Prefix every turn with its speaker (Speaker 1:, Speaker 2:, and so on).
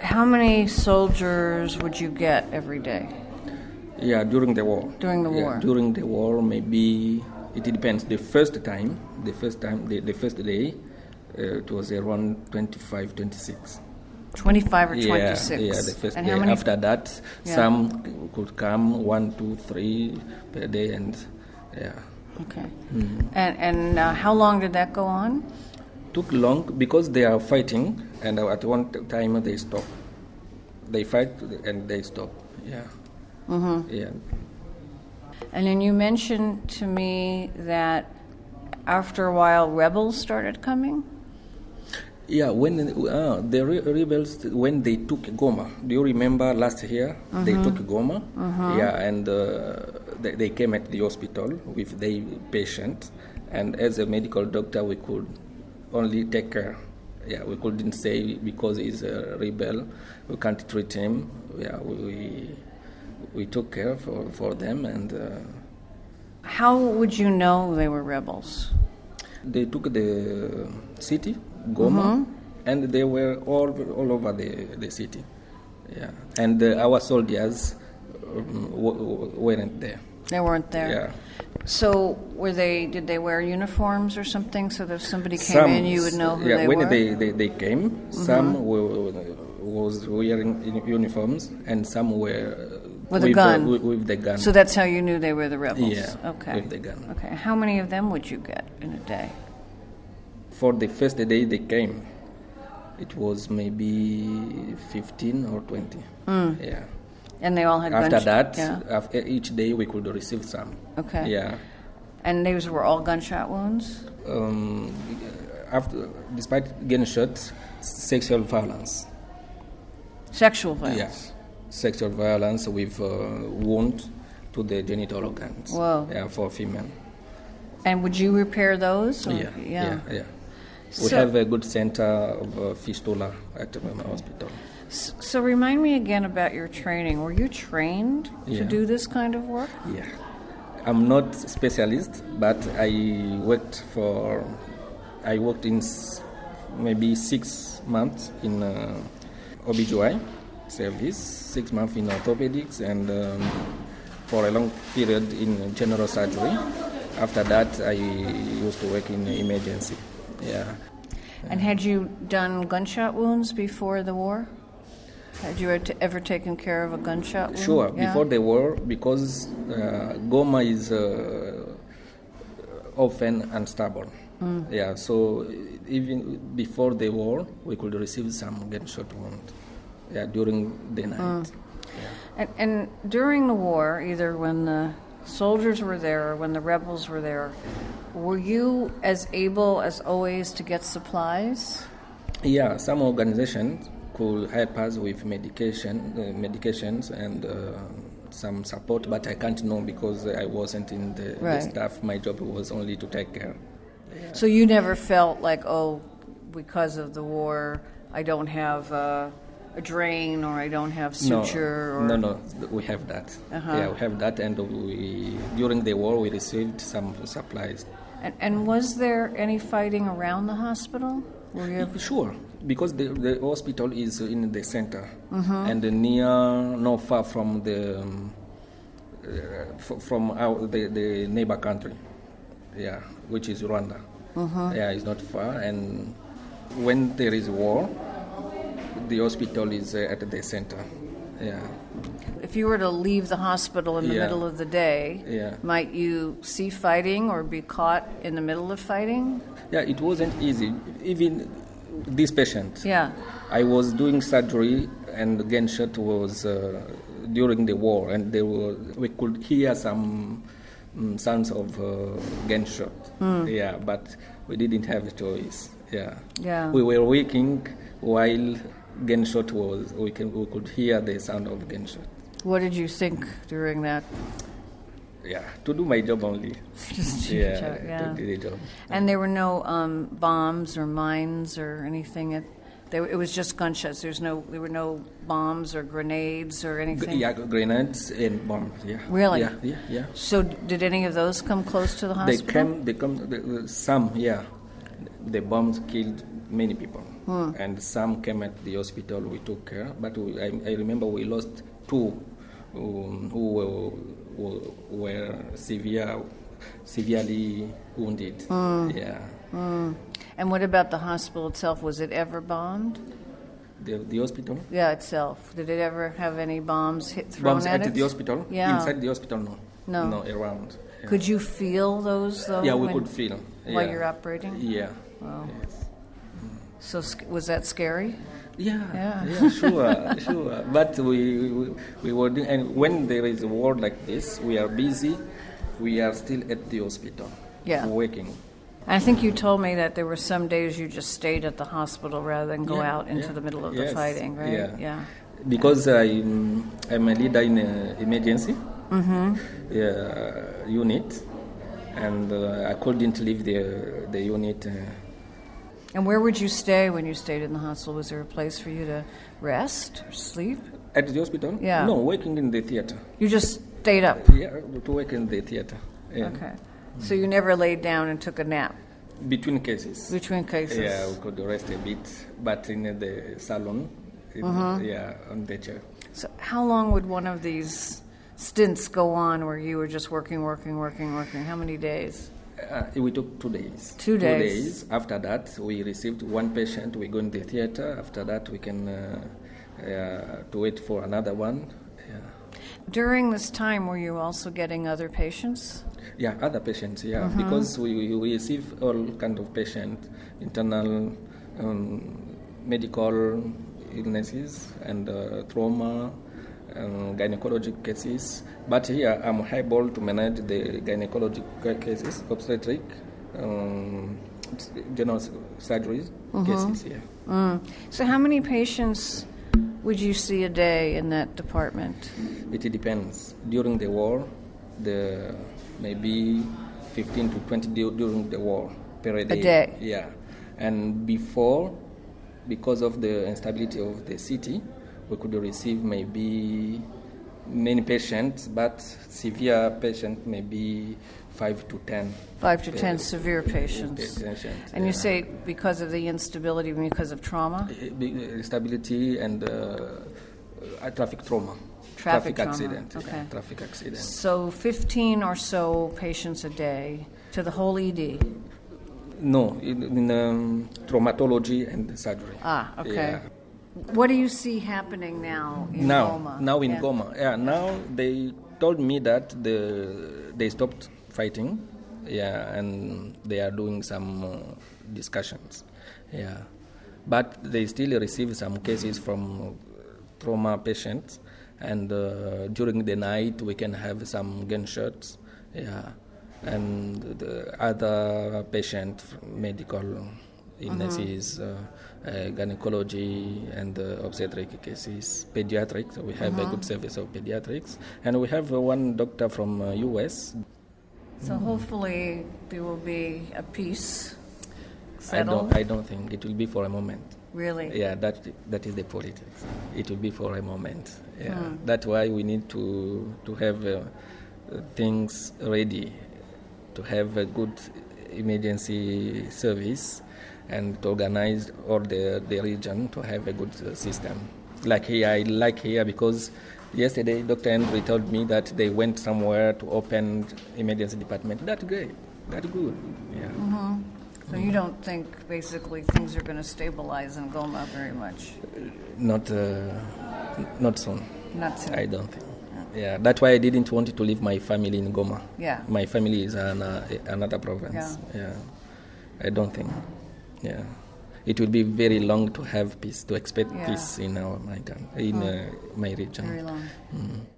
Speaker 1: How many soldiers would you get every day?
Speaker 2: Yeah, during the war.
Speaker 1: During the
Speaker 2: Yeah,
Speaker 1: war.
Speaker 2: During the war, maybe it depends. The first time, the first time, the, the first day, uh, it was around 25, 26.
Speaker 1: 25 or 26?
Speaker 2: Yeah, yeah, the first
Speaker 1: and
Speaker 2: day.
Speaker 1: how many?
Speaker 2: After that,
Speaker 1: Yeah.
Speaker 2: some could come one, two, three per day, and yeah,
Speaker 1: Okay.
Speaker 2: Mm-hmm.
Speaker 1: And, and uh, how long did that go on?
Speaker 2: took long because they are fighting, and at one t- time they stop. They fight and they stop. Yeah. Mm-hmm. Yeah.
Speaker 1: And then you mentioned to me that after a while rebels started coming?
Speaker 2: Yeah, when uh, the re- rebels when they took Goma, do you remember last year they took Goma? Yeah, and uh, they, they came at the hospital with their patient, and as a medical doctor, we could only take care. Yeah, we couldn't say because he's a rebel, we can't treat him. Yeah, we we, we took care for for them and. Uh,
Speaker 1: How would you know they were rebels?
Speaker 2: They took the city,
Speaker 1: Uh-huh.
Speaker 2: Goma, and they were all all over the, the city. Yeah, and uh, our soldiers um, w- w- weren't there.
Speaker 1: They weren't there.
Speaker 2: Yeah.
Speaker 1: So were they? Did they wear uniforms or something? So that if somebody came
Speaker 2: Some-
Speaker 1: in, you would know who
Speaker 2: yeah,
Speaker 1: they
Speaker 2: when
Speaker 1: were. Mm-hmm.
Speaker 2: They, they they came, some were, was wearing in- uniforms, and some were uh,
Speaker 1: With a
Speaker 2: the-
Speaker 1: gun.
Speaker 2: with, with the gun.
Speaker 1: so that's how you knew they were the rebels.
Speaker 2: Yeah,
Speaker 1: Okay.
Speaker 2: with the gun.
Speaker 1: Okay. How many of them would you get in a day?
Speaker 2: For the first day they came, it was maybe fifteen or twenty.
Speaker 1: Mm.
Speaker 2: Yeah.
Speaker 1: And they all had
Speaker 2: After
Speaker 1: gunsh-
Speaker 2: that,
Speaker 1: Yeah.
Speaker 2: after each day we could receive some.
Speaker 1: Okay.
Speaker 2: Yeah.
Speaker 1: And those were all gunshot wounds.
Speaker 2: Um, after, despite gunshots, sexual violence.
Speaker 1: Sexual violence.
Speaker 2: Yes. Sexual violence with uh, wound to the genital organs.
Speaker 1: Wow.
Speaker 2: Yeah, for female.
Speaker 1: And would you repair those? or-
Speaker 2: Yeah.
Speaker 1: Oh, Yeah.
Speaker 2: Yeah. yeah. We
Speaker 1: So-
Speaker 2: have a good center of uh, fistula at um, hospital.
Speaker 1: S- So remind me again about your training. Were you trained to
Speaker 2: Yeah.
Speaker 1: do this kind of work?
Speaker 2: Yeah. I'm not specialist, but I worked for, I worked in s- maybe six months in uh, OBGY service, six months in orthopedics, and um, for a long period in general surgery. After that, I used to work in emergency. Yeah.
Speaker 1: And had you done gunshot wounds before the war? Had you ed- ever taken care of a gunshot wound?
Speaker 2: Sure,
Speaker 1: Yeah.
Speaker 2: before the war, because uh, Goma is uh, often unstable.
Speaker 1: Mm.
Speaker 2: Yeah, so even before the war, we could receive some gunshot wound. Yeah, during the night.
Speaker 1: Mm. And, and during the war, either when the soldiers were there or when the rebels were there, were you as able as always to get supplies?
Speaker 2: Yeah, some organizations could help us with medication, uh, medications, and uh, some support, but I can't know because I wasn't in the,
Speaker 1: Right.
Speaker 2: the staff. My job was only to take care.
Speaker 1: So you never felt like, oh, because of the war, I don't have uh, a drain or I don't have suture or.
Speaker 2: No, no, th- we have that.
Speaker 1: Uh-huh.
Speaker 2: Yeah, we have that, and we during the war we received some supplies.
Speaker 1: And, and was there any fighting around the hospital? Were you
Speaker 2: Sure, because the, the hospital is in the center
Speaker 1: Mm-hmm.
Speaker 2: and near, not far from the um, uh, f- from our, the, the neighbor country, yeah, which is Rwanda.
Speaker 1: Mm-hmm.
Speaker 2: Yeah, it's not far, and when there is war, the hospital is uh, at the center. Yeah.
Speaker 1: If you were to leave the hospital in the
Speaker 2: Yeah.
Speaker 1: middle of the day,
Speaker 2: Yeah.
Speaker 1: might you see fighting or be caught in the middle of fighting?
Speaker 2: Yeah, it wasn't easy. Even this patient.
Speaker 1: Yeah.
Speaker 2: I was doing surgery, and the gunshot was uh, during the war, and they were, we could hear some mm sounds of uh, gunshot.
Speaker 1: Hmm.
Speaker 2: Yeah, but we didn't have a choice. Yeah.
Speaker 1: Yeah.
Speaker 2: We were working while gunshot was. We can we could hear the sound of gunshot.
Speaker 1: What did you think during that?
Speaker 2: Yeah, to do my job only.
Speaker 1: Just to
Speaker 2: yeah,
Speaker 1: check,
Speaker 2: to do the job.
Speaker 1: And there were no um, bombs or mines or anything. At, they, it was just gunshots. There's no, there were no bombs or grenades or
Speaker 2: G-
Speaker 1: anything.
Speaker 2: Yeah, grenades and bombs. Yeah.
Speaker 1: Really?
Speaker 2: Yeah, yeah, yeah.
Speaker 1: So, did any of those come close to the
Speaker 2: They
Speaker 1: hospital?
Speaker 2: come, they come, the- the- some, yeah. the bombs killed many people,
Speaker 1: Hmm.
Speaker 2: and some came at the hospital. We took care, but we, I, I remember we lost two um, who were, were, were severe, severely wounded.
Speaker 1: Hmm.
Speaker 2: Yeah,
Speaker 1: Mm. And what about the hospital itself? Was it ever bombed?
Speaker 2: the, the hospital.
Speaker 1: Yeah, itself. Did it ever have any bombs hit thrown
Speaker 2: Bombs
Speaker 1: at
Speaker 2: at
Speaker 1: it?
Speaker 2: the hospital.
Speaker 1: Yeah.
Speaker 2: Inside the hospital, no.
Speaker 1: No.
Speaker 2: No, around. Yeah.
Speaker 1: Could you feel those though?
Speaker 2: yeah, we
Speaker 1: when-
Speaker 2: could feel.
Speaker 1: while
Speaker 2: yeah.
Speaker 1: you're operating?
Speaker 2: Yeah.
Speaker 1: Wow.
Speaker 2: Yes.
Speaker 1: So sc- was that scary?
Speaker 2: Yeah,
Speaker 1: Yeah.
Speaker 2: yeah, sure, sure. But we, we we were doing, and when there is a war like this, we are busy. We are still at the hospital.
Speaker 1: Yeah.
Speaker 2: working.
Speaker 1: I think you told me that there were some days you just stayed at the hospital rather than go
Speaker 2: Yeah,
Speaker 1: out into
Speaker 2: yeah.
Speaker 1: the middle of the
Speaker 2: Yes,
Speaker 1: fighting, right?
Speaker 2: yeah. Because I'm I'm a leader in an emergency
Speaker 1: Mm-hmm.
Speaker 2: yeah, unit, and uh, I couldn't leave the the unit. Uh,
Speaker 1: And where would you stay when you stayed in the hospital? Was there a place for you to rest or sleep?
Speaker 2: At the hospital?
Speaker 1: Yeah.
Speaker 2: No, working in the theater.
Speaker 1: You just stayed up.
Speaker 2: Yeah, to work in the theater. Yeah.
Speaker 1: Okay. So you never laid down and took a nap
Speaker 2: Between cases.
Speaker 1: between cases.
Speaker 2: Yeah, we could rest a bit, but in the salon, in,
Speaker 1: Uh-huh.
Speaker 2: yeah, on the chair.
Speaker 1: So how long would one of these stints go on where you were just working, working, working, working? How many days?
Speaker 2: Uh, we took two days.
Speaker 1: Two days.
Speaker 2: After that, we received one patient. We go in the theater. After that, we can uh, uh, to wait for another one. Yeah,
Speaker 1: During this time, were you also getting other patients?
Speaker 2: yeah other patients. Yeah, because we, we receive all kind of patient, internal, um, medical illnesses and uh, trauma. Um, gynecologic cases, but here I'm able to manage the gynecologic ca- cases, obstetric, um, s- general s- surgery cases. Yeah.
Speaker 1: Mm. So how many patients would you see a day in that department?
Speaker 2: It depends. During the war, the maybe 15 to 20 du- during the war per day.
Speaker 1: day.
Speaker 2: Yeah, and before, because of the instability of the city, we could receive maybe many patients, but severe patient maybe five to ten.
Speaker 1: Five to
Speaker 2: per-
Speaker 1: ten severe patients.
Speaker 2: patient,
Speaker 1: And you
Speaker 2: yeah.
Speaker 1: say because of the instability, because of trauma?
Speaker 2: Stability and uh, uh, traffic trauma.
Speaker 1: Traffic trauma,
Speaker 2: accident. yeah,
Speaker 1: okay.
Speaker 2: traffic accident.
Speaker 1: So 15 or so patients a day to the whole E ED.
Speaker 2: No, in, in um, traumatology and surgery.
Speaker 1: Ah, okay.
Speaker 2: Yeah.
Speaker 1: What do you see happening now in
Speaker 2: now,
Speaker 1: Goma?
Speaker 2: now in
Speaker 1: Yeah.
Speaker 2: Goma. Yeah, now they told me that the they stopped fighting. Yeah, and they are doing some uh, discussions. Yeah, but they still receive some cases from uh, trauma patients, and uh, during the night we can have some gunshots. Yeah, and the other patient from medical illnesses, uh, uh, gynecology and uh, obstetric cases, pediatrics. We have a good service of pediatrics, and we have uh, one doctor from uh, U.S.
Speaker 1: So hopefully there will be a peace
Speaker 2: I
Speaker 1: settled.
Speaker 2: don't, I don't think it will be for a moment.
Speaker 1: really?
Speaker 2: Yeah, that that is the politics. It will be for a moment. Yeah, that's why we need to to have uh, uh, things ready, to have a good emergency service, and to organize all the the region to have a good uh, system. Like here, I like here because yesterday Dr. Henry told me that they went somewhere to open emergency department. That's great. That's good. Yeah.
Speaker 1: Mm-hmm. So you don't think basically things are going to stabilize in Goma very much?
Speaker 2: Not uh, not soon.
Speaker 1: Not soon.
Speaker 2: I don't think. Yeah, that's why I didn't want to leave my family in Goma.
Speaker 1: Yeah.
Speaker 2: My family is an, uh, another province. Yeah. I don't think. Yeah. It will be very long to have peace, to expect
Speaker 1: Yeah.
Speaker 2: peace in our my, coun- in uh, my region.
Speaker 1: Very long.